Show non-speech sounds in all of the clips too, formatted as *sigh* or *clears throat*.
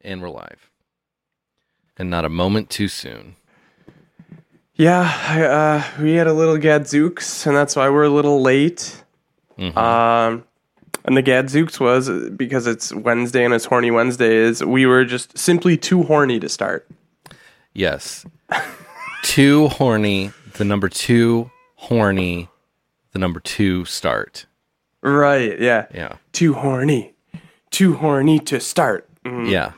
And we're live. And not a moment too soon. Yeah, I, uh, we had a little gadzooks, and that's why we're a little late. Mm-hmm. Um, and the gadzooks was uh, because it's Wednesday and it's horny Wednesday. Is we were just simply too horny to start. *laughs* Yes. too horny, the number two horny, the number two start. Right? Yeah. Yeah. Too horny. Too horny to start. Mm, Yeah.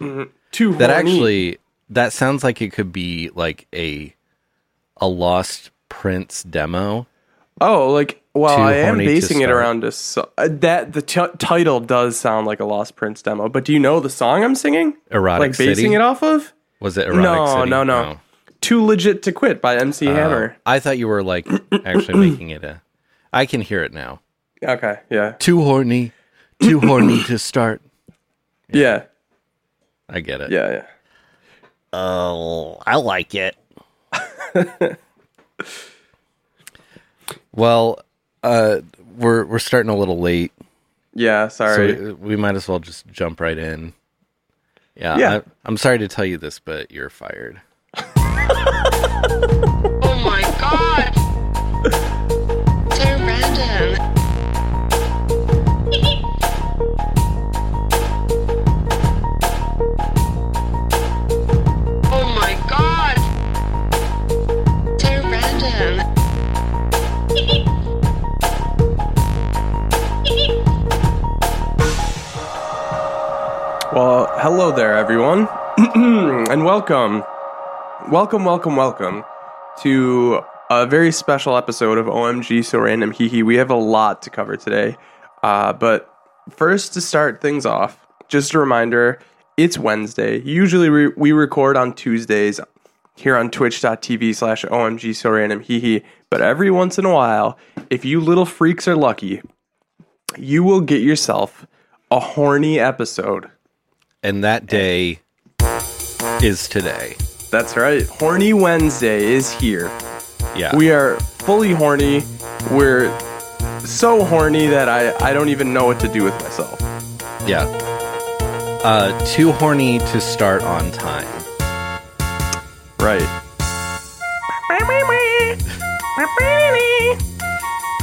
Too That horny. actually that sounds like it could be like a a lost prince demo. Oh, like well, Too I am horny to basing it start. around a so- uh, that the t- title does sound like a Lost Prince demo. But do you know the song I'm singing? Erotic like basing City? it off of Was it erotic? No, City? Oh, no, no. "Too Legit to Quit" by MC Hammer. I thought you were like *clears throat* actually making it a I can hear it now. Okay, yeah, Too horny. Too horny to start. yeah, I get it. yeah, yeah. Oh, I like it. well, uh, we're we're starting a little late, Yeah, sorry. so we might as well just jump right in. Yeah, Yeah. I, I'm sorry to tell you this, but you're fired. Oh my god! so random. oh my god! so random. well, hello there, everyone, *clears throat* and welcome, welcome, welcome, welcome to a very special episode of OMG So Random Hee Hee. We have a lot to cover today, uh, but first to start things off, just a reminder: it's Wednesday. Usually we, we record on Tuesdays here on twitch.tv slash omg so random hee hee but every once in a while if you little freaks are lucky you will get yourself a horny episode. And that day is today. That's right. Horny Wednesday is here. Yeah, We are fully horny. We're so horny that I, I don't even know what to do with myself. yeah. Uh, too horny to start on time. Right.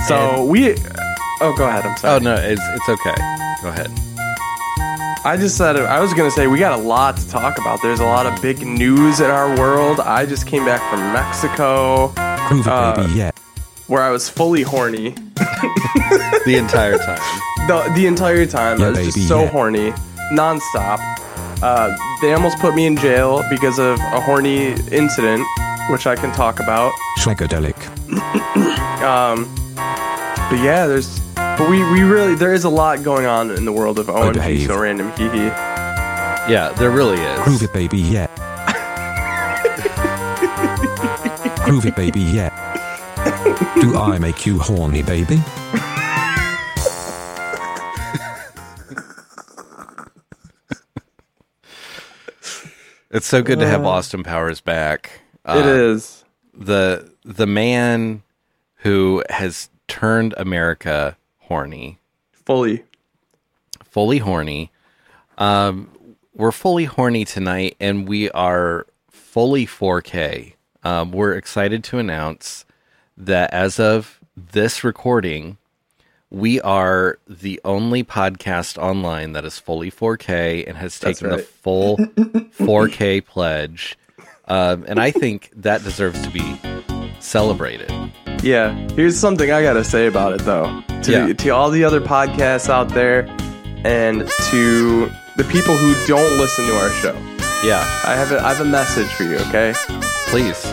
So we. Oh, go ahead. I'm Oh sorry. no, it's it's okay. Go ahead. I just said I was gonna say we got a lot to talk about. There's a lot of big news in our world. I just came back from Mexico, Prove it, baby, yeah. where I was fully horny. The entire time. the, the entire time. I was baby, just so yeah. horny, nonstop. Uh, they almost put me in jail because of a horny incident, which I can talk about. Shagadelic. Um, but yeah, there's, but we, we really there is a lot going on in the world of OMG. behave. So random, hee hee. Yeah, there really is. Prove it, baby, yeah. Prove it, baby, yeah. Do I make you horny, baby? It's so good to have Austin Powers back. Uh, it is the the man who has turned America horny, fully. fully horny. Um, we're fully horny tonight, and we are fully 4K. Um, we're excited to announce that as of this recording, we are the only podcast online that is fully 4K and has That's taken the right. *laughs* full 4K pledge. Um, and I think that deserves to be celebrated. Yeah. Here's something I gotta say about it though. To Yeah. to all the other podcasts out there, and to the people who don't listen to our show, Yeah, I have a, I have a message for you. Okay. please.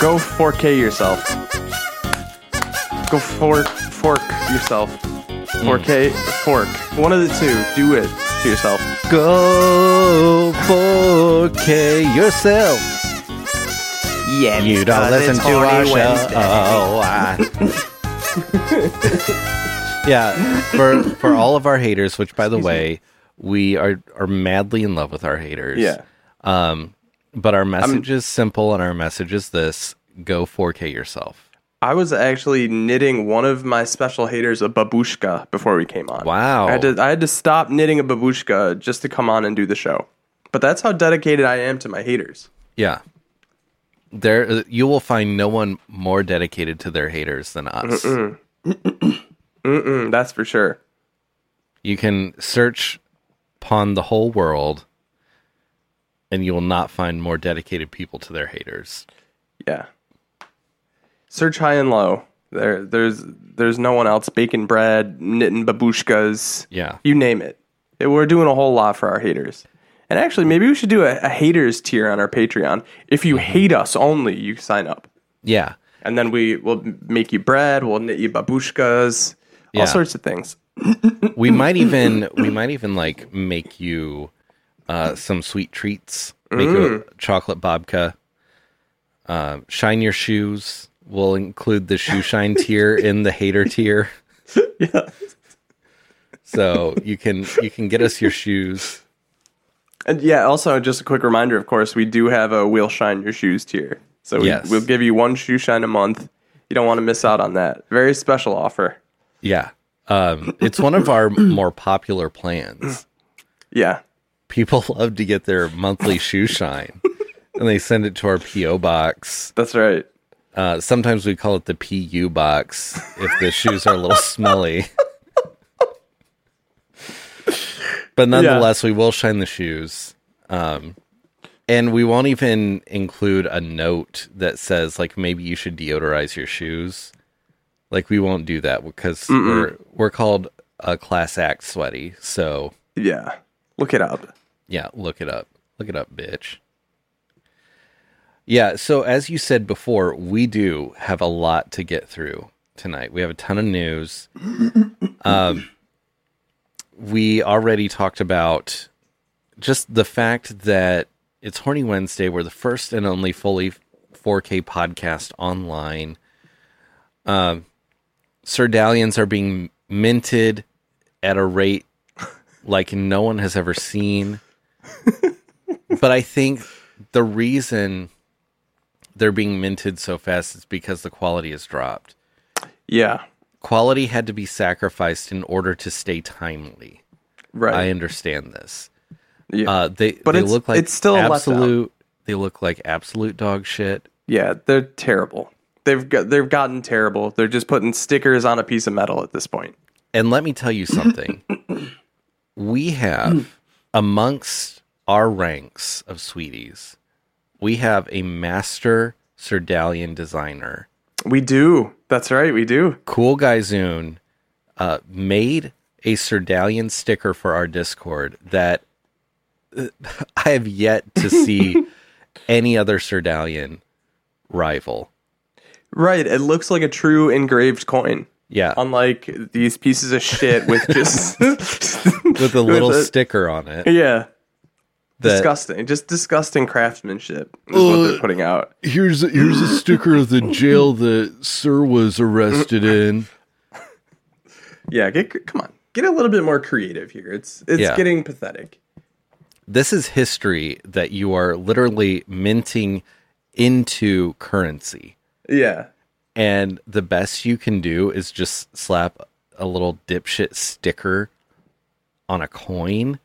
Go 4K yourself. Go fork fork yourself. 4K fork. One of the two. Do it to yourself. Go 4K yourself. Yeah. You don't listen to our show. Oh, I- *laughs* yeah, for for all of our haters, which by the way, we are are madly in love with our haters. Yeah. Um, but our message is simple, and our message is this: go 4K yourself. I was actually knitting one of my special haters a babushka before we came on. Wow. I had to I had to stop knitting a babushka just to come on and do the show. But that's how dedicated I am to my haters. Yeah. There you will find no one more dedicated to their haters than us. Mm, that's for sure. You can search upon the whole world and you will not find more dedicated people to their haters. Yeah. Search high and low. There, there's, there's no one else baking bread, knitting babushkas. Yeah. you name it. It- We're doing a whole lot for our haters. And actually, maybe we should do a, a haters tier on our Patreon. If you Mm-hmm. hate us only, you sign up, Yeah. and then we will make you bread. We'll knit you babushkas, Yeah. all sorts of things. We might even we might even like make you uh, some sweet treats. Make you a chocolate babka. Uh, shine your shoes. We'll include the shoe shine tier in the hater tier. Yeah. So you can you can get us your shoes. And yeah, also just a quick reminder, of course, we do have a we'll shine your shoes tier. So we, Yes. we'll give you one shoe shine a month. You don't want to miss out on that. Very special offer. Yeah. Um, it's one of our more popular plans. Yeah. People *laughs* love to get their monthly shoe shine and they send it to our P.O. box. That's right. Uh, sometimes we call it the PU box if the shoes are a little smelly. *laughs* but nonetheless, we will shine the shoes. Um, and we won't even include a note that says, like, maybe you should deodorize your shoes. Like, we won't do that because we're, we're called a class act sweaty. So, Yeah. Look it up. yeah, look it up. Look it up, bitch. Yeah, so as you said before, we do have a lot to get through tonight. We have a ton of news. um, we already talked about just the fact that it's Horny Wednesday. We're the first and only fully 4K podcast online. Um, Sir Dallions are being minted at a rate like no one has ever seen. but I think the reason they're being minted so fast is because the quality has dropped. Yeah. Quality had to be sacrificed in order to stay timely. I Right. understand this. yeah. Uh, they But they it's- look like it's still a letdown. absolute. They look like absolute dog shit. yeah. They're terrible. They've got, they've gotten terrible. They're just putting stickers on a piece of metal at this point. And let me tell you *laughs* something. we have amongst our ranks of sweeties, we have a master Serdalian designer. We do. That's right. We do. Cool Guy Zune uh, made a Serdalian sticker for our Discord that uh, *laughs* I have yet to *laughs* see any other Serdalian rival. Right. It looks like a true engraved coin. Yeah, Unlike these pieces of shit with just *laughs* with *laughs* with a little a- sticker on it. Yeah. that- disgusting. Just disgusting craftsmanship is what they're putting out. here's a, here's a sticker of the jail that Sir was arrested in. Yeah, get cr- come on. Get a little bit more creative here. It's it's Yeah. getting pathetic. This is history that you are literally minting into currency, Yeah. and the best you can do is just slap a little dipshit sticker on a coin.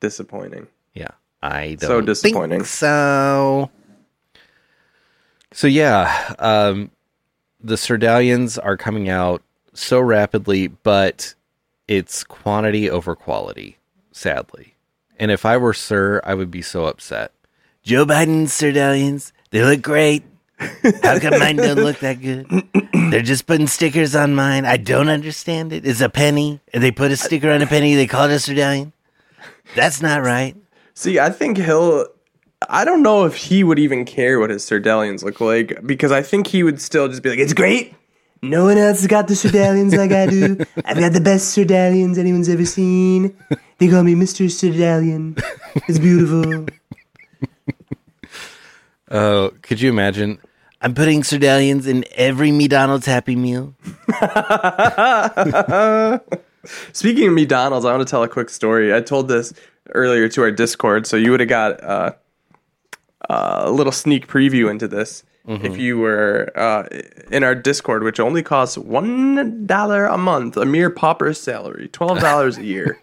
Disappointing. Yeah, I don't. So think disappointing. so. So yeah, um, the Serdallions are coming out so rapidly, but it's quantity over quality, sadly. And if I were Sir, I would be so upset. Joe Biden's Serdallions, they look great. How come mine don't look that good? They're just putting stickers on mine. I don't understand it. It's a penny. They put a sticker on a penny. They call it a Serdallion. That's not right. See, I think he'll I don't know if he would even care what his Sardelians look like because I think he would still just be like, It's great. No one else has got the Sardalians like I do. I've got the best Sardalians anyone's ever seen. They call me Mr. Sardalian. It's beautiful. Uh, Oh, could you imagine? I'm putting sardines in every McDonald's Happy Meal. Speaking of McDonald's, I want to tell a quick story. I told this earlier to our Discord, so you would have got uh, uh, a little sneak preview into this Mm-hmm. if you were uh, in our Discord, which only costs one dollar a month, a mere *laughs* pauper's salary, twelve dollars a year,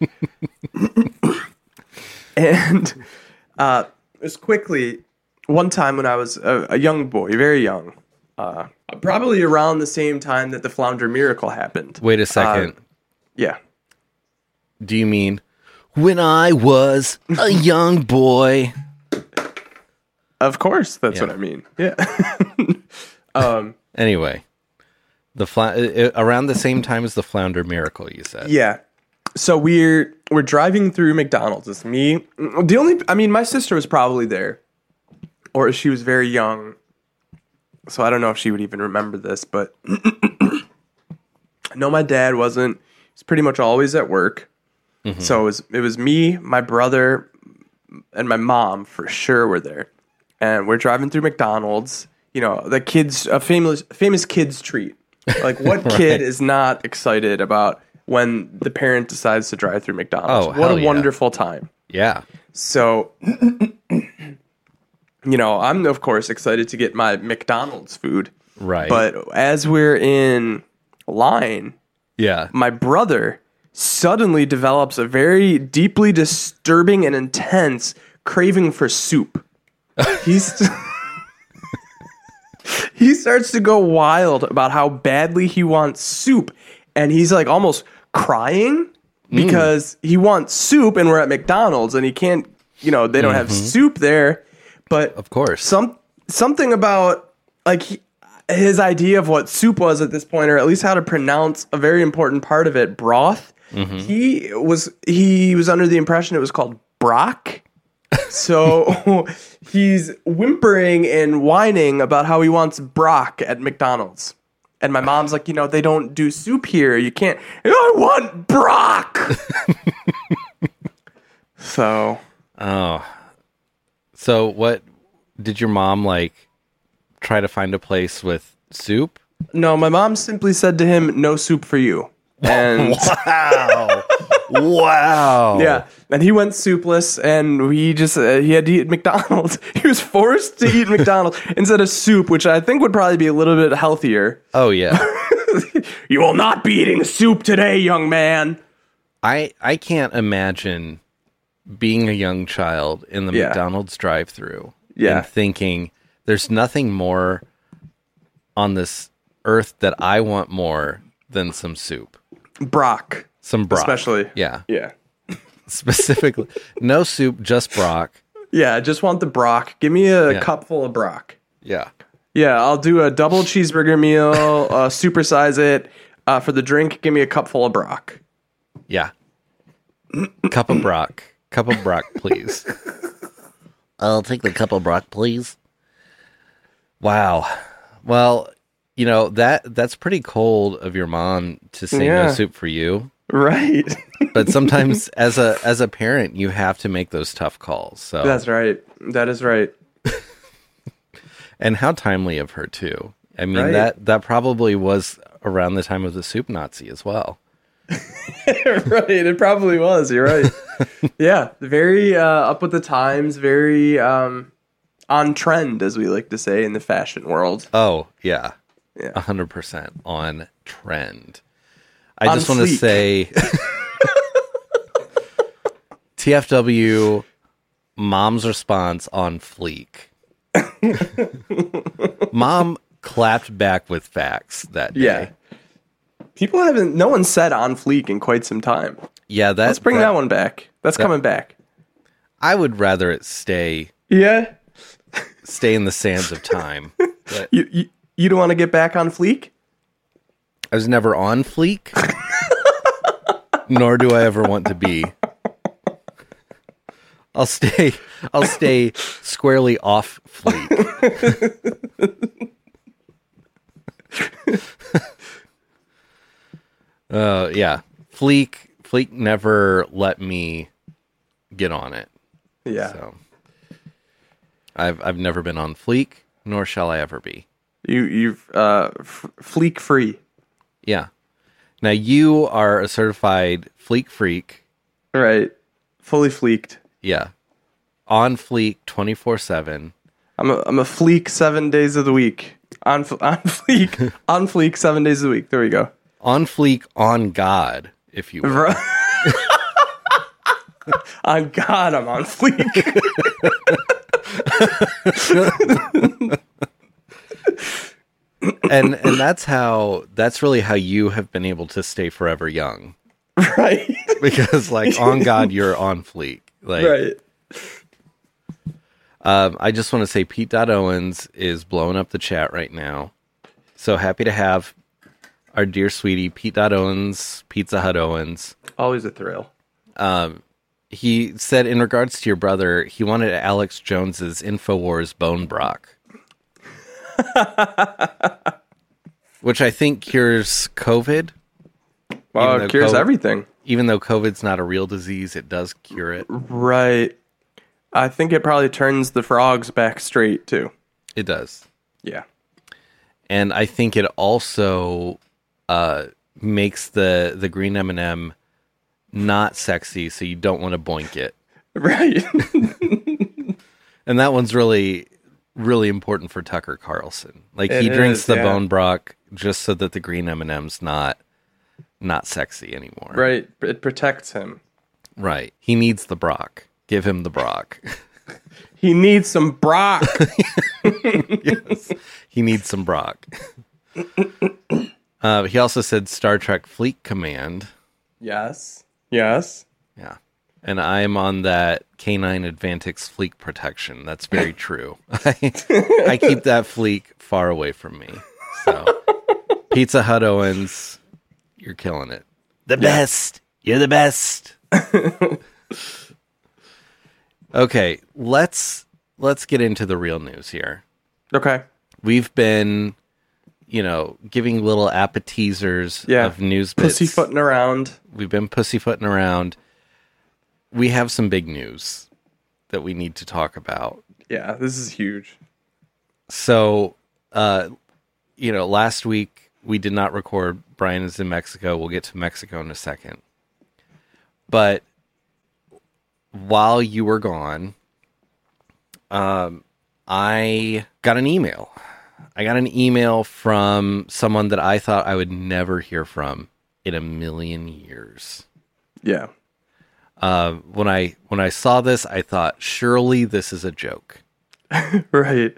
and. Uh, as quickly, one time when I was a, a young boy, very young, uh, probably around the same time that the Flounder Miracle happened. Wait a second. Yeah. Do you mean when I was *laughs* a young boy? Of course, that's Yeah. what I mean. Yeah. Anyway, the fla- uh, uh, around the same time as the flounder miracle, you said. Yeah. So we're we're driving through McDonald's. It's me. The only I mean, my sister was probably there, or she was very young, so I don't know if she would even remember this. But *clears throat* I know my dad wasn't. He's pretty much always at work. Mm-hmm. So it was it was me, my brother, and my mom for sure were there, and we're driving through McDonald's. You know, the kids a famous famous kids treat. *laughs* Like what kid is not excited about when the parent decides to drive through McDonald's? Oh, what hell a yeah. wonderful time! Yeah. So, *clears throat* you know, I'm of course excited to get my McDonald's food, Right. but as we're in line, yeah. my brother suddenly develops a very deeply disturbing and intense craving for soup. He's *laughs* he starts to go wild about how badly he wants soup, and he's like almost crying because he wants soup, and we're at McDonald's, and he can't, you know, they don't have soup there. But Of course. some something about like he, his idea of what soup was at this point, or at least how to pronounce a very important part of it, broth. He was he was under the impression it was called brock. So *laughs* he's whimpering and whining about how he wants brock at McDonald's. And my mom's like, you know, they don't do soup here. You can't. I want brock. so Oh. So what did your mom like try to find a place with soup? No, my mom simply said to him, "No soup for you." And *laughs* Wow. wow. yeah, and he went soupless, and he just uh, he had to eat *laughs* McDonald's. he was forced to eat *laughs* McDonald's instead of soup, which I think would probably be a little bit healthier. Oh yeah. You will not be eating soup today, young man. I I can't imagine being a young child in the Yeah. McDonald's drive-through Yeah. and thinking there's nothing more on this earth that I want more than some soup, Brock, some broth, especially. Yeah, yeah, specifically, no soup, just brock. yeah. I just want the Brock. Give me a Yeah. cup full of Brock. Yeah, Yeah, I'll do a double cheeseburger meal. *laughs* uh, supersize it uh, for the drink. Give me a cup full of Brock. yeah. cup of brock, cup of brock, please. I'll take the cup of brock, please. Wow. Well, you know that that's pretty cold of your mom to say Yeah. no soup for you. Right. *laughs* but sometimes as a as a parent you have to make those tough calls so That's right. That is right. and how timely of her too i mean Right. that that probably was around the time of the soup nazi as well *laughs* right. It probably was. You're *laughs* right. yeah. Very uh, up with the times. Very um, on trend, as we like to say in the fashion world. oh yeah Yeah. 100% on trend i On just want to fleek. *laughs* say tfw mom's response on *laughs* fleek mom clapped back with facts that day Yeah. People haven't. No one said on fleek in quite some time. yeah that, Let's bring that, one back. That's coming back. i would rather it stay Yeah. stay in the sands of time. But You you, you don't want to get back on fleek. I was never on fleek, nor do I ever want to be. I'll stay. I'll stay squarely off fleek. *laughs* uh, yeah, fleek. Fleek never let me get on it. Yeah. So I've I've never been on fleek, nor shall I ever be. You you've uh, f- fleek free. Yeah. Now you are a certified fleek freak. Right. Fully fleeked. Yeah. On fleek 24 7. I'm a, I'm a fleek seven days of the week. On, f- *laughs* on fleek. on fleek seven days of the week. There we go. On fleek on God, *laughs* if you will. Bro. on God, I'm on fleek. *laughs* and and that's how that's really how you have been able to stay forever young *laughs* right, because like on God you're on fleek. Like right. um, I just want to say Pete Dot Owens is blowing up the chat right now. So happy to have our dear sweetie Pete Dot Owens, Pizza Hut Owens. Always a thrill. He said in regards to your brother, he wanted Alex Jones's Infowars Bone Brock. *laughs* Which I think cures COVID. Wow, Even though it cures COVID everything. Even though COVID's not a real disease, it does cure it. Right. I think it probably turns the frogs back straight too. It does. Yeah. *laughs* and I think it also uh, makes the the green M and m not sexy, so you don't want to boink it. Right. *laughs* And that one's really really important for Tucker Carlson. Like he It drinks is, the yeah. bone brock just so that the green M and M's not not sexy anymore. right. It protects him. right. He needs the brock. Give him the brock. He needs some *laughs* Brock. *laughs* he needs some brock. *laughs* uh, he also said Star Trek Fleet Command. yes. Yes. Yeah. And I'm on that canine Advantix fleek protection. That's very true. I, I keep that fleek far away from me. So, Pizza Hut Owens, you're killing it. The best. You're the best. *laughs* okay, let's let's get into the real news here. Okay. We've been, you know, giving little appetizers Yeah. of news bits Pussyfooting around. we've been pussyfooting around. We have some big news that we need to talk about. Yeah, this is huge. So, uh, you know, last week we did not record. Brian is in Mexico. We'll get to Mexico in a second. But while you were gone, um, I got an email. I got an email from someone that I thought I would never hear from in a million years. Yeah. Uh, when I when I saw this, I thought surely this is a joke. Right.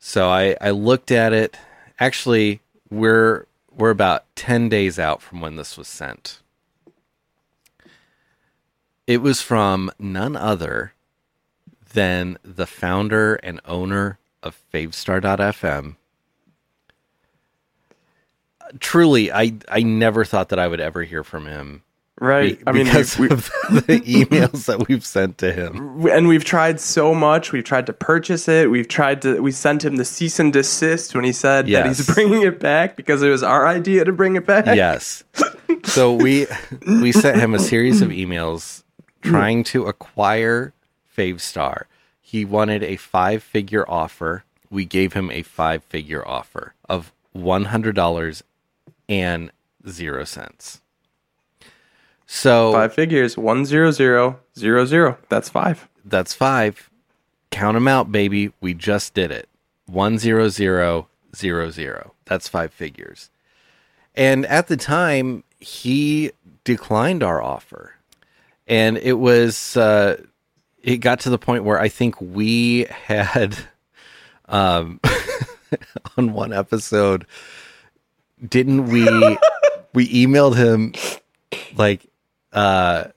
So I I looked at it. Actually, we're we're about ten days out from when this was sent. It was from none other than the founder and owner of Favestar.fm. Truly, I I never thought that I would ever hear from him. Right. I mean, because we, we, of *laughs* the emails that we've sent to him. and we've tried so much. We've tried to purchase it. We've tried to. We sent him the cease and desist when he said that Yes. he's bringing it back because it was our idea to bring it back. yes. So we we sent him a series of emails trying to acquire Favestar. He wanted a five figure offer. We gave him a five figure offer of one hundred dollars and zero cents. So Five figures. One zero zero zero zero. That's five. that's five. Count them out, baby. We just did it. One zero zero zero zero. That's five figures. And at the time, he declined our offer, and it was uh, it got to the point where I think we had um, *laughs* on one episode, didn't we? *laughs* we emailed him like. Uh,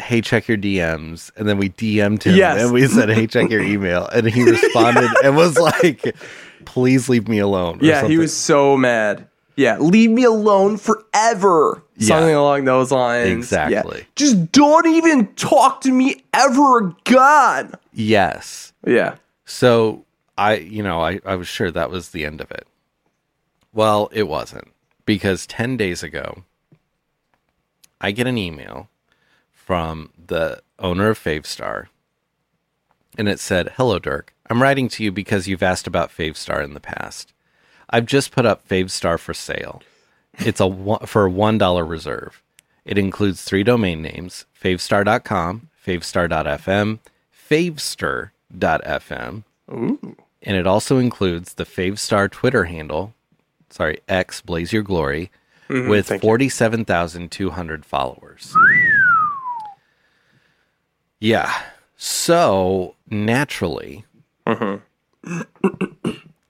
hey check your dms and then we dm'd him Yes. and we said hey check your email and *laughs* he responded and was like please leave me alone or Yeah, he something. was so mad. Yeah, leave me alone forever. Yeah. Something along those lines. Yeah. Exactly. Just don't even talk to me ever again. yes Yeah. so i you know I, I was sure that was the end of it well it wasn't because 10 days ago i get an email from the owner of favestar and it said hello dirk i'm writing to you because you've asked about favestar in the past I've just put up Favestar for sale. It's a one, for a one dollar reserve. It includes three domain names: favestar.com, favestar.fm, favester.fm. And it also includes the Favestar Twitter handle, sorry, X Blaze Your Glory, Mm-hmm, with 47,200 followers. Yeah. So naturally, Mm-hmm.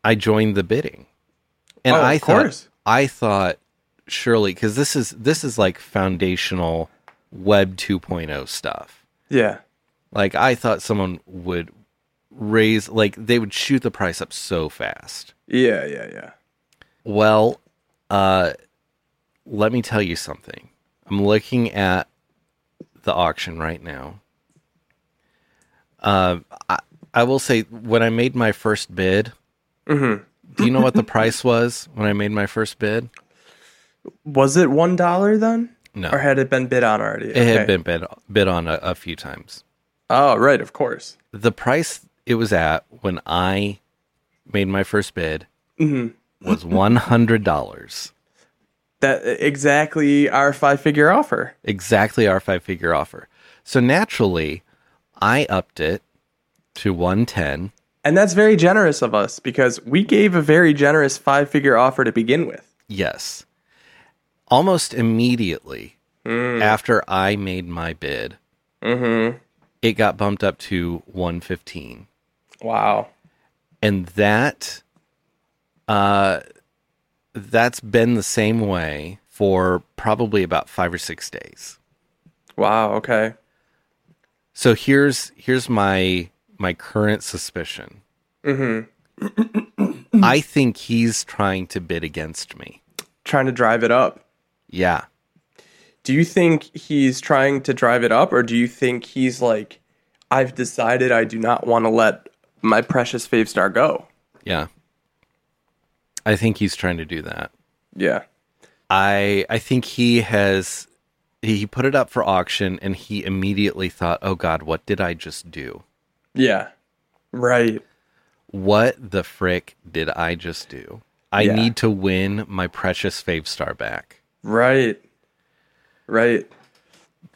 I joined the bidding, and Oh, of I thought course. I thought surely because this is this is like foundational Web 2.0 stuff. Yeah. Like I thought someone would raise like they would shoot the price up so fast. Yeah. Yeah. Yeah. Well, uh let me tell you something. I'm looking at the auction right now. Uh I, I will say when I made my first bid, do you know what the price was when I made my first bid? Was it one dollar then, No. or had it been bid on already? it had been bid, bid on a, a few times. Oh, right. Of course. the price it was at when I made my first bid was one hundred dollars. That exactly our five figure offer. Exactly our five figure offer. So naturally, I upped it to one ten. And that's very generous of us because we gave a very generous five figure offer to begin with. Yes. Almost immediately after I made my bid, it got bumped up to one fifteen. Wow. and that uh that's been the same way for probably about 5 or 6 days. Wow. Okay. So here's here's my my current suspicion. Mhm. I think he's trying to bid against me. Trying to drive it up. Yeah. Do you think he's trying to drive it up, or do you think he's like, I've decided I do not want to let my precious fave star go? Yeah. I think he's trying to do that. Yeah. I I think he has he put it up for auction and he immediately thought, "Oh god, what did I just do?" Yeah. Right. what the frick did I just do? I Yeah. need to win my precious fave star back. Right. Right.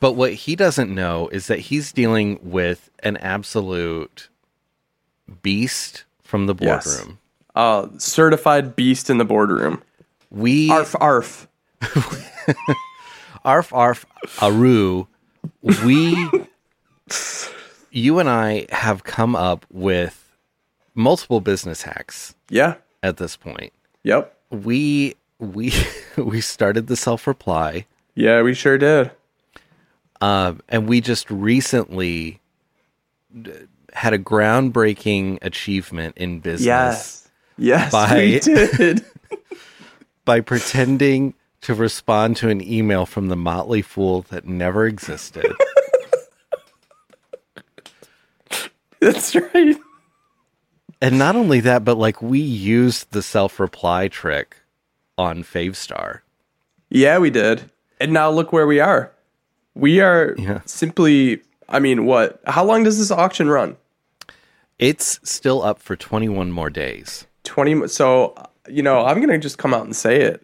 But what he doesn't know is that he's dealing with an absolute beast from the Yes. boardroom. Uh, certified beast in the boardroom. We Arf, arf. arf arf aru, *laughs* we you and I have come up with multiple business hacks Yeah. at this point. Yep. We we *laughs* we started the self reply. Yeah, we sure did. Um, and we just recently d- had a groundbreaking achievement in business Yes, By- we *laughs* did. by pretending to respond to an email from the motley fool that never existed. That's right. and not only that, but like we used the self reply trick on Favestar. Yeah, we did. And now look where we are. We are Yeah. simply, I mean, what? How long does this auction run? It's still up for 21 more days. 20. mo- So, you know, I'm going to just come out and say it.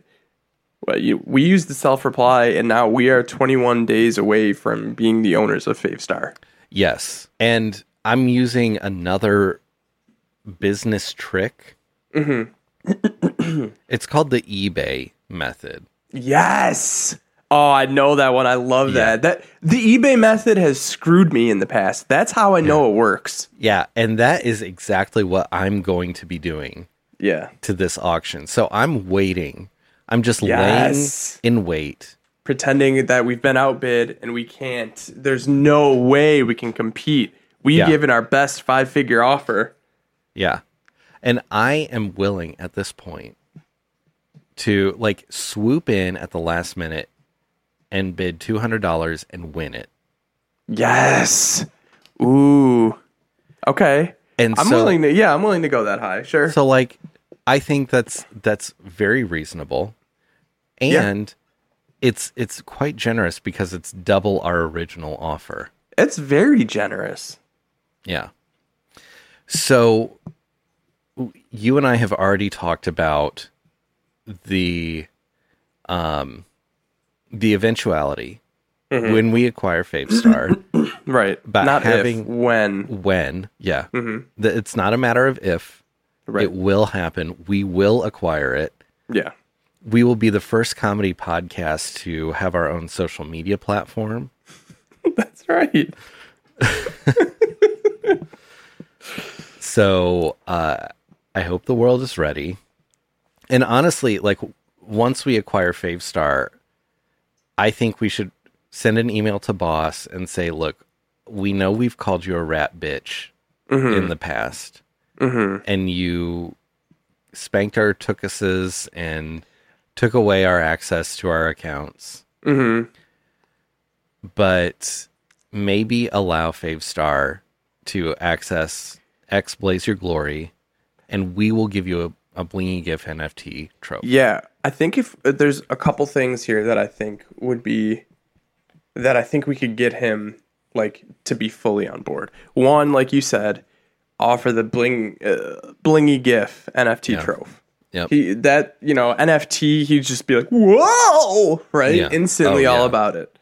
But you, we used the self reply, and now we are 21 days away from being the owners of Favestar. Yes. And I'm using another business trick. it's called the eBay method. Yes. Oh, I know that one. I love Yeah. that. That the eBay method has screwed me in the past. That's how I know it works. Yeah, and that is exactly what I'm going to be doing Yeah. to this auction. So I'm waiting. I'm just Yes. laying in wait. pretending that we've been outbid and we can't. There's no way we can compete. We've Yeah. given our best five figure offer. Yeah. And I am willing at this point to like swoop in at the last minute and bid $200 and win it. Yes. Ooh. Okay. And I'm so, willing to yeah, I'm willing to go that high. Sure. So like I think that's that's very reasonable. Yeah. And it's it's quite generous because it's double our original offer. it's very generous. Yeah. So w- you and I have already talked about the um the eventuality when we acquire Favestar Right. But Not having- if when. when yeah that it's not a matter of if Right. it will happen we will acquire it yeah. we will be the first comedy podcast to have our own social media platform That's right. *laughs* So uh, I hope the world is ready. And honestly, like once we acquire Favestar, I think we should send an email to boss and say, look, we know we've called you a rat bitch Mm-hmm. in the past, and you spanked our tookuses and took away our access to our accounts. Mm-hmm. But maybe allow Favestar to access X Blaze Your Glory, and we will give you a, a blingy GIF NFT trophy. Yeah, I think if uh, there's a couple things here that I think would be that I think we could get him like to be fully on board. One, like you said, offer the bling uh, blingy GIF NFT Yeah. trophy. Yep. He that you know NFT, he'd just be like, "Whoa!" Right, Yeah. instantly Oh, all yeah. about it.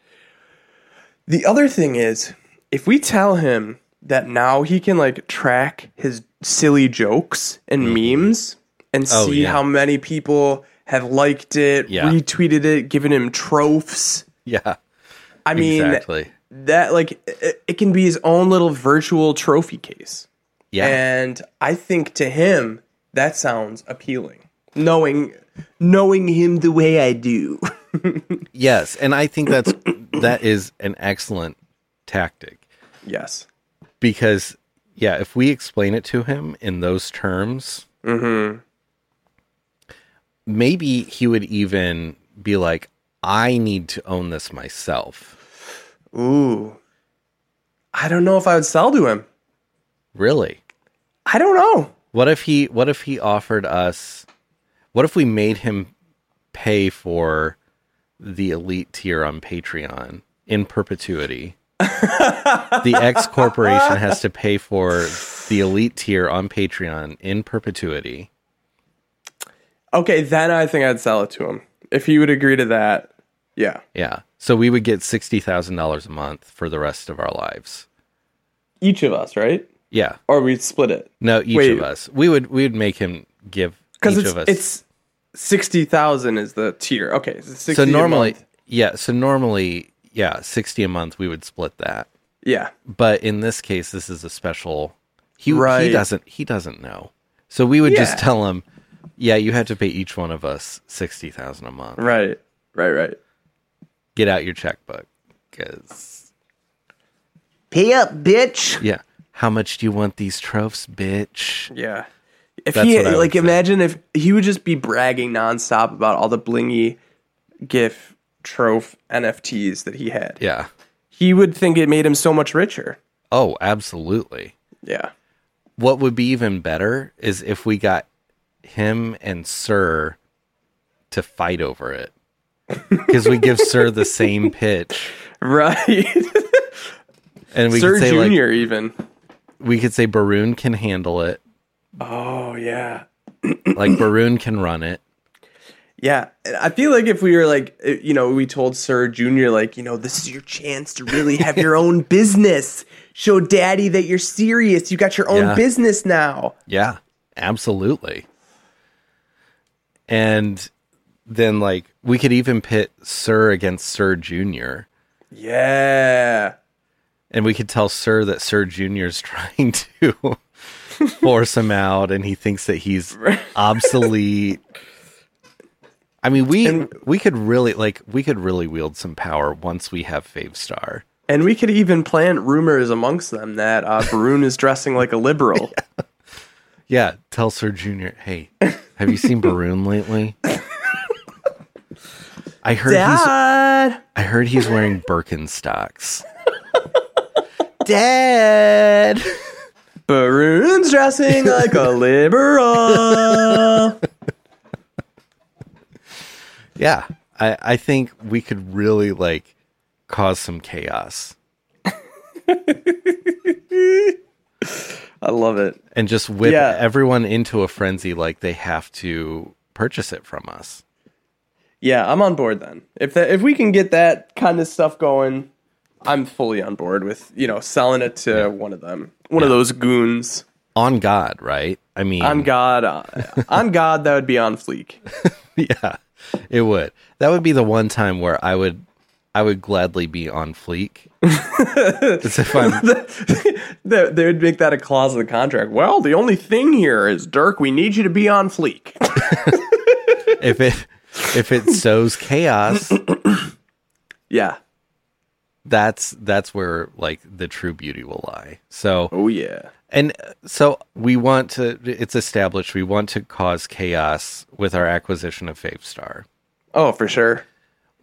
The other thing is, if we tell him that now he can like track his silly jokes and memes and Mm-hmm. Oh, see yeah. how many people have liked it, Yeah. retweeted it, given him trophies. *laughs* yeah, I mean, exactly. that like it, it can be his own little virtual trophy case. Yeah. And I think to him that sounds appealing. Knowing knowing him the way I do. *laughs* Yes, and I think that's that is an excellent tactic yes. because yeah, if we explain it to him in those terms, maybe he would even be like, "I need to own this myself." Ooh. I don't know if I would sell to him. Really? I don't know. What if he What if he offered us? What if we made him pay for the elite tier on Patreon in perpetuity? the X Corporation has to pay for the elite tier on Patreon in perpetuity. Okay, then I think I'd sell it to him. If he would agree to that. Yeah. Yeah, so we would get sixty thousand dollars a month for the rest of our lives. Each of us, right? Yeah, Or we'd split it. no, each Wait. of us. We would we would make him give Because each it's of us. it's sixty thousand is the tier. Okay. it's 60 so a normally, month. yeah. So normally, yeah, sixty a month. We would split that. Yeah. but in this case this is a special he Right. he doesn't he doesn't know so we would Yeah. just tell him yeah you have to pay each one of us 60,000 a month Right. Right, right. get out your checkbook cuz Pay up, bitch. yeah how much do you want these trophies bitch Yeah. If That's he what I would like say. imagine if he would just be bragging nonstop about all the blingy GIF troph NFTs that he had. yeah He would think it made him so much richer. oh absolutely Yeah. what would be even better is if we got him and sir to fight over *laughs* it cuz we give sir the same pitch *laughs* Right. and we Sir could say like Junior even. we could say Baroon can handle it Oh yeah. like *clears throat* Baroon can run it. Yeah. And I feel like if we were like uh, you know, we told Sir Junior like, you know, this is your chance to really have your *laughs* own business. Show daddy that you're serious. You got your own Yeah. business now. Yeah, absolutely. And then like we could even pit Sir against Sir Junior, Yeah. and we could tell Sir that Sir Junior is *laughs* trying to *laughs* force him out, and he thinks that he's obsolete. I mean, we we could really like we could really wield some power once we have Fave Star. And we could even plant rumors amongst them that uh, Barun is dressing like a *laughs* liberal. Yeah, tell Sir Junior, hey, have you seen Baroon *laughs* lately? I heard he's Dad, I heard he's wearing Birkenstocks. *laughs* Dad. Barun's dressing like *laughs* a liberal. Yeah. I, I think we could really like cause some chaos I love it. and just whip Yeah. everyone into a frenzy like they have to purchase it from us. Yeah, I'm on board then. If that, if we can get that kind of stuff going, I'm fully on board with you know selling it to one of them, one of those goons. On God, right? I mean *laughs* On God, uh, on God, that would be on fleek. yeah, it would. That would be the one time where I would I would gladly be on *laughs* fleek. As if I'm They, they would make that a clause of the contract. Well, the only thing here is, Dirk, we need you to be on fleek. *laughs* if it if it sows chaos, yeah. that's that's where like the true beauty will lie. So Oh, yeah. And uh, so we want to, it's established, we want to cause chaos with our acquisition of Favestar. Oh, for sure.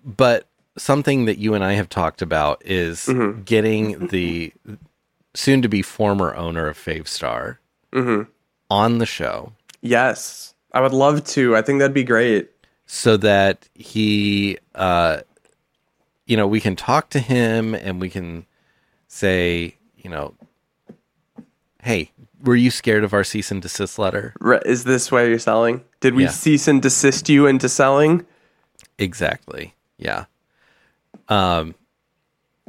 But something that you and I have talked about is getting the soon to be former owner of Favestar on the show Yes. I would love to. I think that'd be great. so that he, uh, you know, we can talk to him and we can say, you know, hey, were you scared of our cease and desist letter? Re- Is this why you're selling? Did we Yeah. cease and desist you into selling? Exactly. Yeah. Um,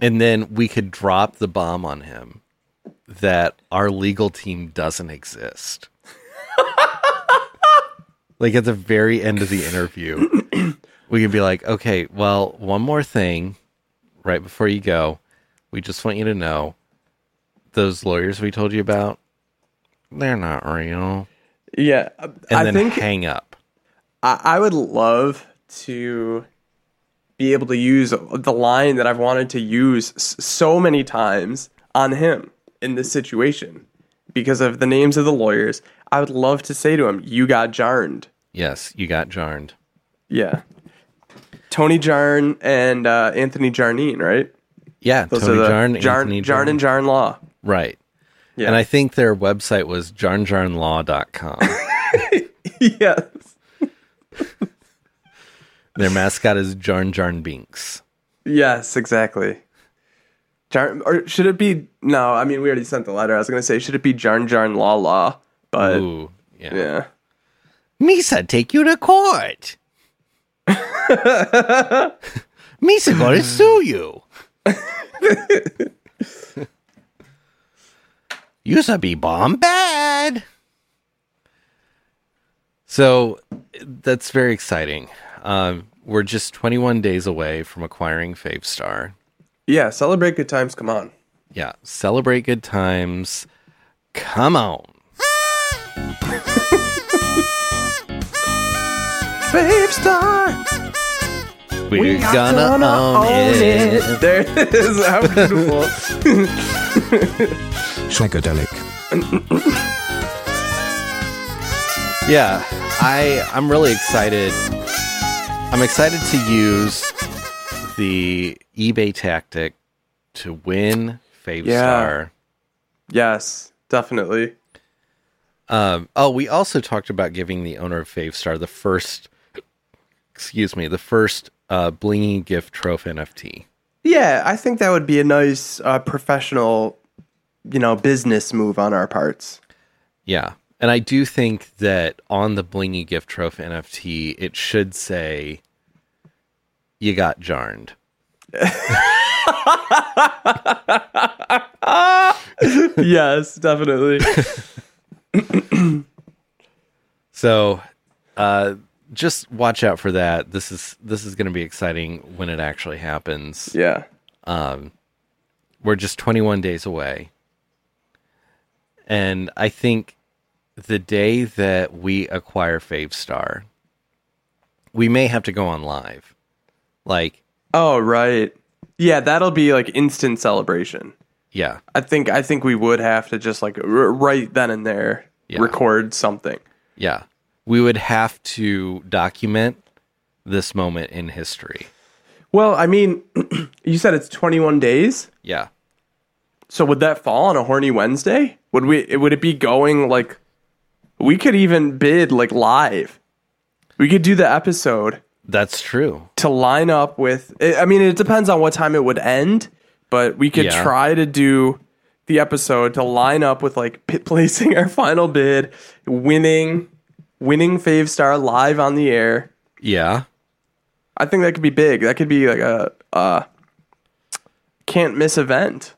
and then we could drop the bomb on him that our legal team doesn't *laughs* exist. like at the very end of the interview, we could be like, okay, well, one more thing right before you go. We just want you to know those lawyers we told you about, they're not real. Yeah. I- And I then think hang up. I, I would love to be able to use the line that I've wanted to use s- so many times on him in this situation because of the names of the lawyers. I would love to say to him, You got jarned. Yes, you got jarned. Yeah. Tony Jarn and uh, Anthony Jarnine, right? Yeah, Those Tony are the Jarn, Jarn, Anthony Jarn Jarn. and Jarn Law. *laughs* Right. Yeah. And I think their website was jarnjarnlaw.com. yes. their mascot is Jarn Jarn Binks. Yes, exactly. Jarn, or should it be? No, I mean we already sent the letter. I was gonna say should it be Jarn Jarn La La, but Ooh, yeah. yeah, Misa, take you to court. Misa gonna sue you. you should be bomb bad. So that's very exciting. Um, we're just 21 days away from acquiring Favestar. yeah. Celebrate good times. Come on. Yeah, celebrate good times. Come on. Fave star. We're gonna, own, it. There *laughs* it is. How beautiful. Shagadelic. Yeah, I I'm really excited. I'm excited to use the eBay tactic to win Fave Yeah. Star. yes, definitely. Um, oh, we also talked about giving the owner of Favestar the first, excuse me, the first uh, blingy gift trophy NFT. Yeah, I think that would be a nice uh, professional, you know, business move on our parts. Yeah, and I do think that on the blingy gift trophy NFT, it should say, "You got jarned." yes, definitely. So, uh, just watch out for that. This is this is going to be exciting when it actually happens. *laughs* yeah. we're just 21 days away. And I think the day that we acquire Favestar, we may have to go on live. Like, Oh right. Yeah, that'll be like instant celebration. yeah, I think I think we would have to just like r- right then and there Yeah. record something. yeah. We would have to document this moment in history. Well, I mean, *clears throat* you said it's 21 days, Yeah. so would that fall on a horny Wednesday? Would we? it- Would it be going like? We could even bid like live. We could do the episode That's true. to line up with. I I mean, it depends on what time it would end, but we could Yeah. try to do the episode to line up with like p- *laughs* placing our final bid, winning, winning Fave Star live on the air. Yeah. I think that could be big. That could be like a uh, can't miss event.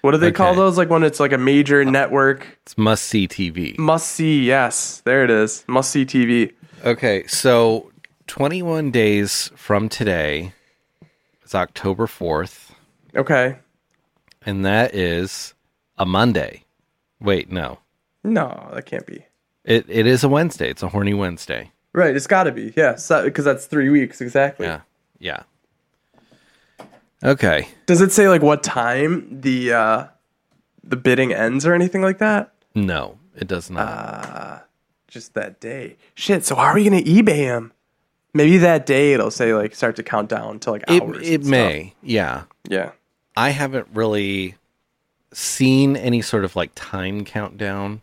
What do they call Okay. those? Like when it's like a major network It's must see TV. must see. Yes, there it is. Must see TV. Okay, so 21 days from today, It's October 4th, Okay. and that is a Monday. Wait, no. No, that can't be. It it is a Wednesday. It's a horny Wednesday. Right, it's got to be. Yeah, because that's three weeks exactly. Yeah. Yeah. Okay. Does it say like what time the uh the bidding ends or anything like that? No, it does Ah, not. Just that day. Shit. So how are we gonna eBay him? Maybe that day it'll say like start to count down to like it hours. it and stuff. may. Yeah. Yeah. I haven't really seen any sort of like time countdown,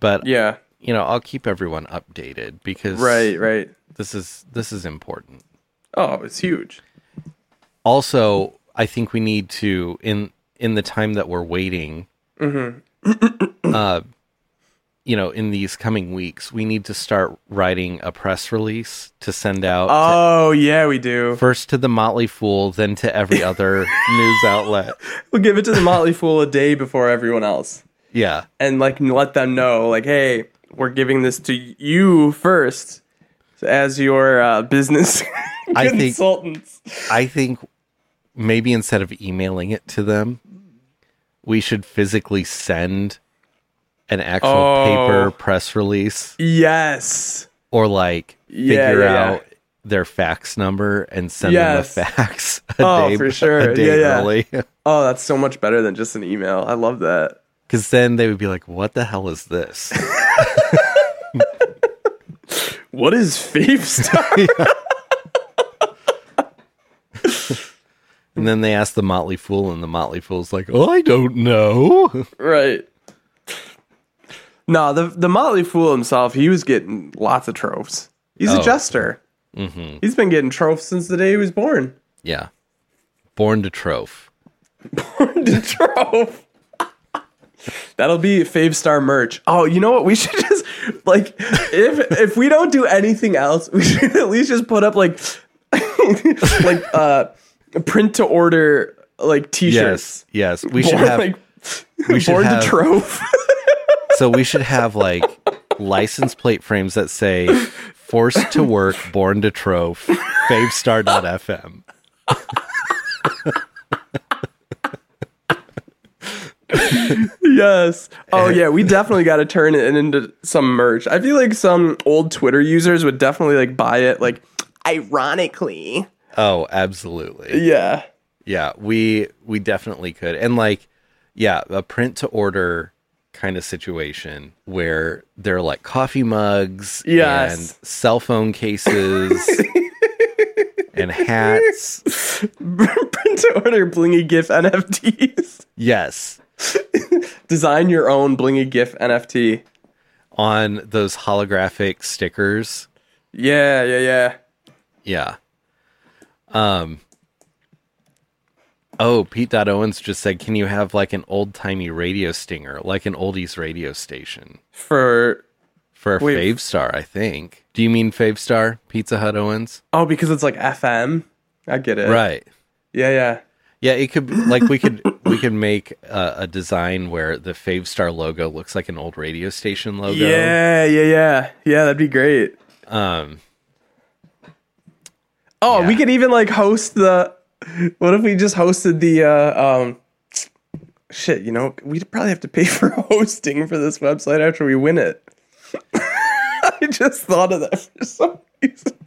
but Yeah. you know, I'll keep everyone updated because Right. Right. this is this is important. Oh, it's huge. Also, I think we need to in in the time that we're waiting, Mm-hmm. uh, you know, in these coming weeks, we need to start writing a press release to send out to- Oh yeah, we do. first to the Motley Fool, then to *laughs* every other news outlet. We'll give it to the Motley Fool a day before everyone else, Yeah, and like let them know like, hey, we're giving this to you first as your uh, business *laughs* I think- consultants. I think maybe instead of emailing it to them, we should physically send an actual Oh. paper press release Yes. or like Yeah, figure yeah, yeah. out their fax number and send Yes. them a fax a Oh, day for sure. a day Yeah, yeah. early. *laughs* Oh, that's so much better than just an email. I love that. Cuz then they would be like what the hell is *laughs* this? What is fave stuff? *laughs* and then they ask the Motley Fool and the Motley Fool's like, "Oh, I don't know." *laughs* right. No, the the Motley Fool himself, he was getting lots of tropes. He's Oh. a jester. Mm-hmm. He's been getting tropes since the day he was born. yeah. Born to trofe. Born to troph. That'll be fave star merch. Oh, you know what? We should just like if if we don't do anything else, we should at least just put up like *laughs* like uh print to order like t-shirts. Yes. Yes. We should Born, have like, we should born have- to trove. *laughs* *laughs* So we should have like license plate frames that say forced to work, born to trofe, favestar.fm. yes. Oh yeah, we definitely got to turn it into some merch. I feel like some old Twitter users would definitely like buy it like ironically. Oh, absolutely. Yeah. Yeah, we we definitely could. And like yeah, a print to order kind of situation where there are like coffee mugs Yes. and cell phone cases and hats. Print to *laughs* order blingy gif NFTs. Yes. Design your own blingy gif NFT. On those holographic stickers. Yeah, yeah, yeah. Yeah. Um. Oh, Pete Dot Owens just said, "Can you have like an old timey radio stinger, like an oldies radio station For for a Wait. fave star?" I think. Do you mean fave star Pizza Hut Owens? oh, because it's like FM. I get it. Right. Yeah, yeah. Yeah, it could be- like we could *coughs* we could make a, a design where the fave star logo looks like an old radio station logo. Yeah, yeah, yeah. Yeah, that'd be great. Um. Oh, we Yeah. could even like host the. What if we just hosted the? Uh, um, shit, you know, we'd probably have to pay *laughs* for hosting for this website after we win it. *laughs* I just thought of that for some reason.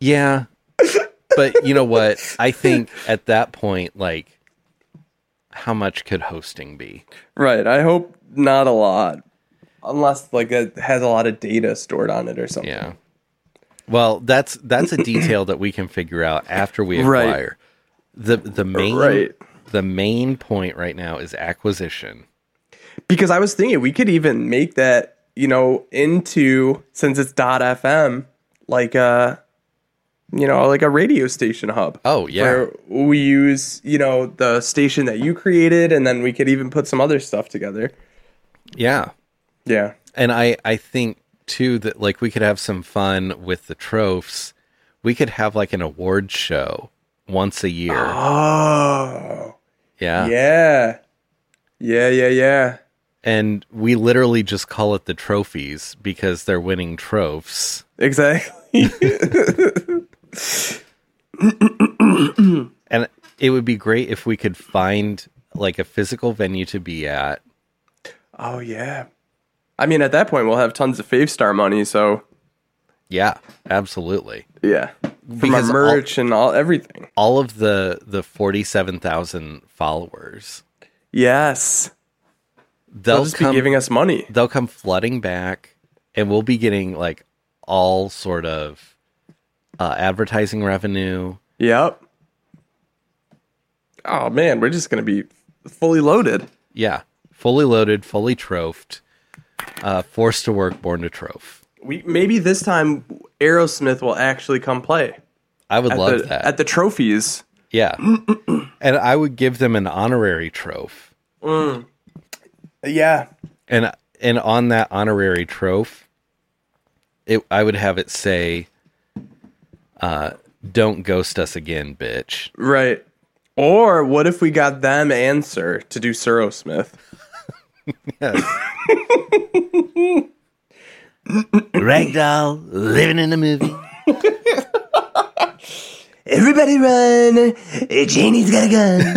Yeah. But you know what? I think at that point, like, how much could hosting be? Right. I hope not a lot, unless like it has a lot of data stored on it or something. Yeah. Well, that's that's a detail that we can figure out after we Right. acquire. The the main Right. the main point right now is acquisition. Because I was thinking we could even make that you know into since it's .fm like a you know like a radio station hub. Oh yeah. where we use you know the station that you created and then we could even put some other stuff together Yeah. yeah And I I think too that like we could have some fun with the tropes. We could have like an award show once a year. *gasps* oh yeah. yeah yeah yeah yeah And we literally just call it the trophies because they're winning trophies. exactly And it would be great if we could find like a physical venue to be at. Oh yeah. I mean, at that point, we'll have tons of fave star money. So Yeah, absolutely. yeah, for my Because all- merch and all everything. All of the the 47,000 followers. Yes, They'll they'll just come be giving us money. they'll come flooding back and we'll be getting like all sort of uh, advertising revenue. Yep. Oh man, we're just gonna be fully loaded. Yeah, fully loaded, fully trophed, uh, forced to work, born to troph. We maybe this time Aerosmith will actually come play I would at love the that. at the trophies. yeah, *clears throat* and I would give them an honorary troph, Mm. Yeah, and and on that honorary troph, it I would have it say, uh, "Don't ghost us again, bitch." right. Or what if we got them and Sir to do Sir O. Smith? Ragdoll living in the movie. Everybody run! Janie's got a gun.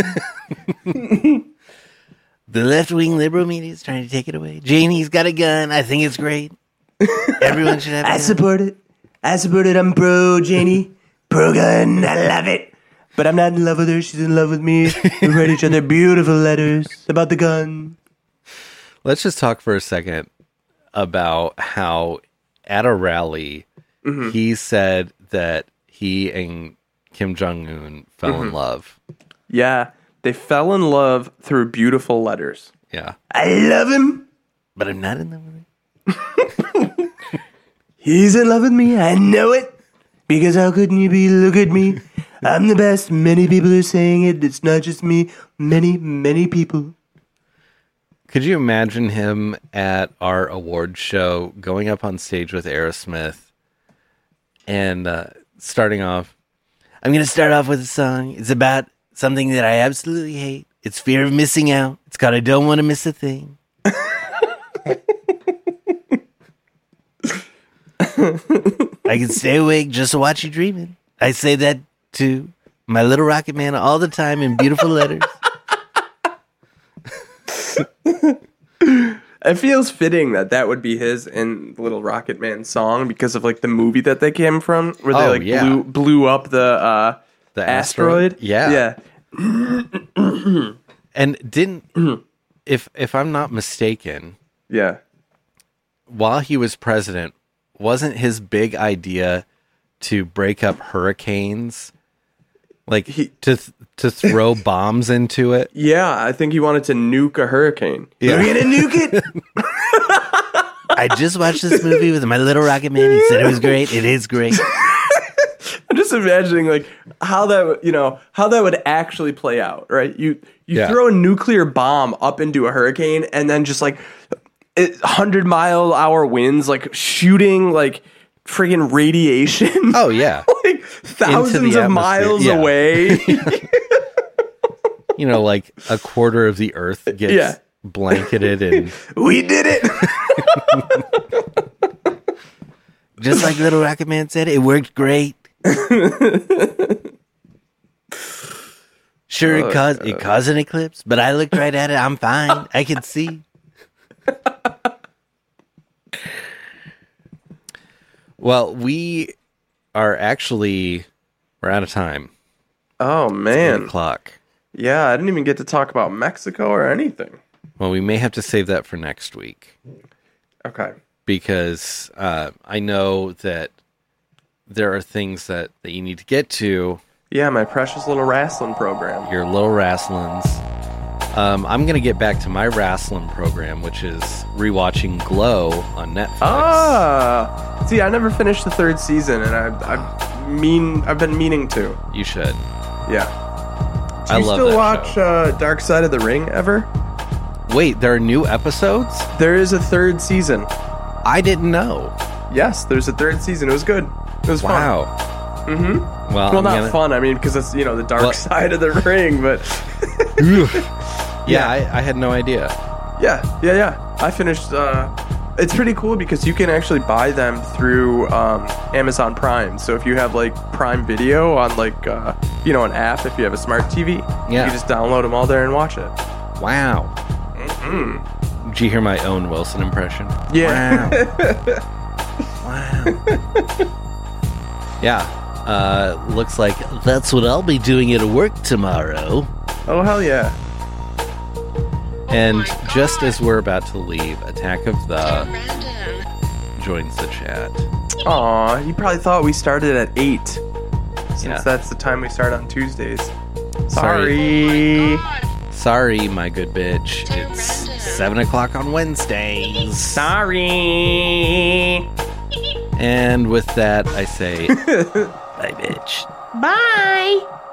The left wing liberal media is trying to take it away. Janie's got a gun. I think it's great. Everyone should have. *laughs* I support it. I support it. I'm pro Janie. Pro gun. I love it. But I'm not in love with her. She's in love with me. We write each other beautiful letters about the gun. Let's just talk for a second about how at a rally Mm-hmm. he said that he and Kim Jong Un fell Mm-hmm. in love. Yeah, they fell in love through beautiful letters. Yeah, I love him. but I'm not in love with him. He's in love with me. I know it. Because how couldn't you be? Look at me. I'm the best. Many people are saying it. It's not just me. Many, many people. Could you imagine him at our award show going up on stage with Aerosmith and uh, starting off? I'm going to start off with a song. It's about something that I absolutely hate. It's fear of missing out. It's called I Don't Want to Miss a Thing. I can stay awake just to watch you dreaming. I say that to my little rocket man all the time in beautiful letters. It feels fitting that that would be his in Little Rocket Man song because of like the movie that they came from, where they Oh, like yeah. blew blew up the uh, The asteroid. Yeah. yeah, And didn't Mm-hmm. if if I'm not mistaken, yeah. while he was president, wasn't his big idea to break up hurricanes? Like to th- to *laughs* throw bombs into it? Yeah, I think he wanted to nuke a hurricane. We're gonna nuke it. I just watched this movie with my little rocket man. He said it was great. It is great. *laughs* I'm just imagining like how that would- you know how that would actually play out, right? You you Yeah. throw a nuclear bomb up into a hurricane and then just like hundred mile hour winds, like shooting like friggin' radiation, *laughs* Oh yeah. like thousands atmosphere, of miles yeah. *laughs* away. You know, like a quarter of the earth gets Yeah. blanketed *laughs* and we did it. just like little rocket man said, it worked great. Sure, it caused it caused an eclipse, but I looked right at it. I'm fine. I can see. well, we are actually we're out of time. Oh Eight man, o'clock. yeah, I didn't even get to talk about Mexico or anything. Well, we may have to save that for next week. Okay, because uh, I know that there are things that, that you need to get to yeah, my precious little wrestling program. your little wrestlings. Um, I'm going to get back to my wrestling program, which is rewatching Glow on Netflix. Ah, see, I never finished the third season, and I, I mean, I've been meaning to. You should. Yeah. Do I you love still that watch uh, Dark Side of the Ring ever? Wait, there are new episodes? There is a third season. I didn't know. Yes, there's a third season. It was good. It was Wow. Um, Mm-hmm. Well, Well, I'm not gonna- fun. I mean, because it's you know the Dark Well- *laughs* Side of the Ring, but *laughs* *laughs* yeah, I, I had no idea. yeah, yeah, yeah. I finished uh, it's pretty cool because you can actually buy them through um, Amazon Prime. So if you have like Prime Video on like uh, you know an app, if you have a smart TV, Yeah. you just download them all there and watch it. Wow. Mm-hmm. Did you hear my own Wilson impression? Yeah. Yeah. Uh, looks like that's what I'll be doing at work tomorrow. *laughs* oh hell yeah. And just as we're about to leave, Attack of the Random. joins the chat. Aw, you probably thought we started at eight, since Yeah. that's the time we start on Tuesdays. Sorry. Sorry. Sorry, my good bitch. It's seven o'clock on Wednesdays. Sorry. And with that, I say, bye, bitch. Bye.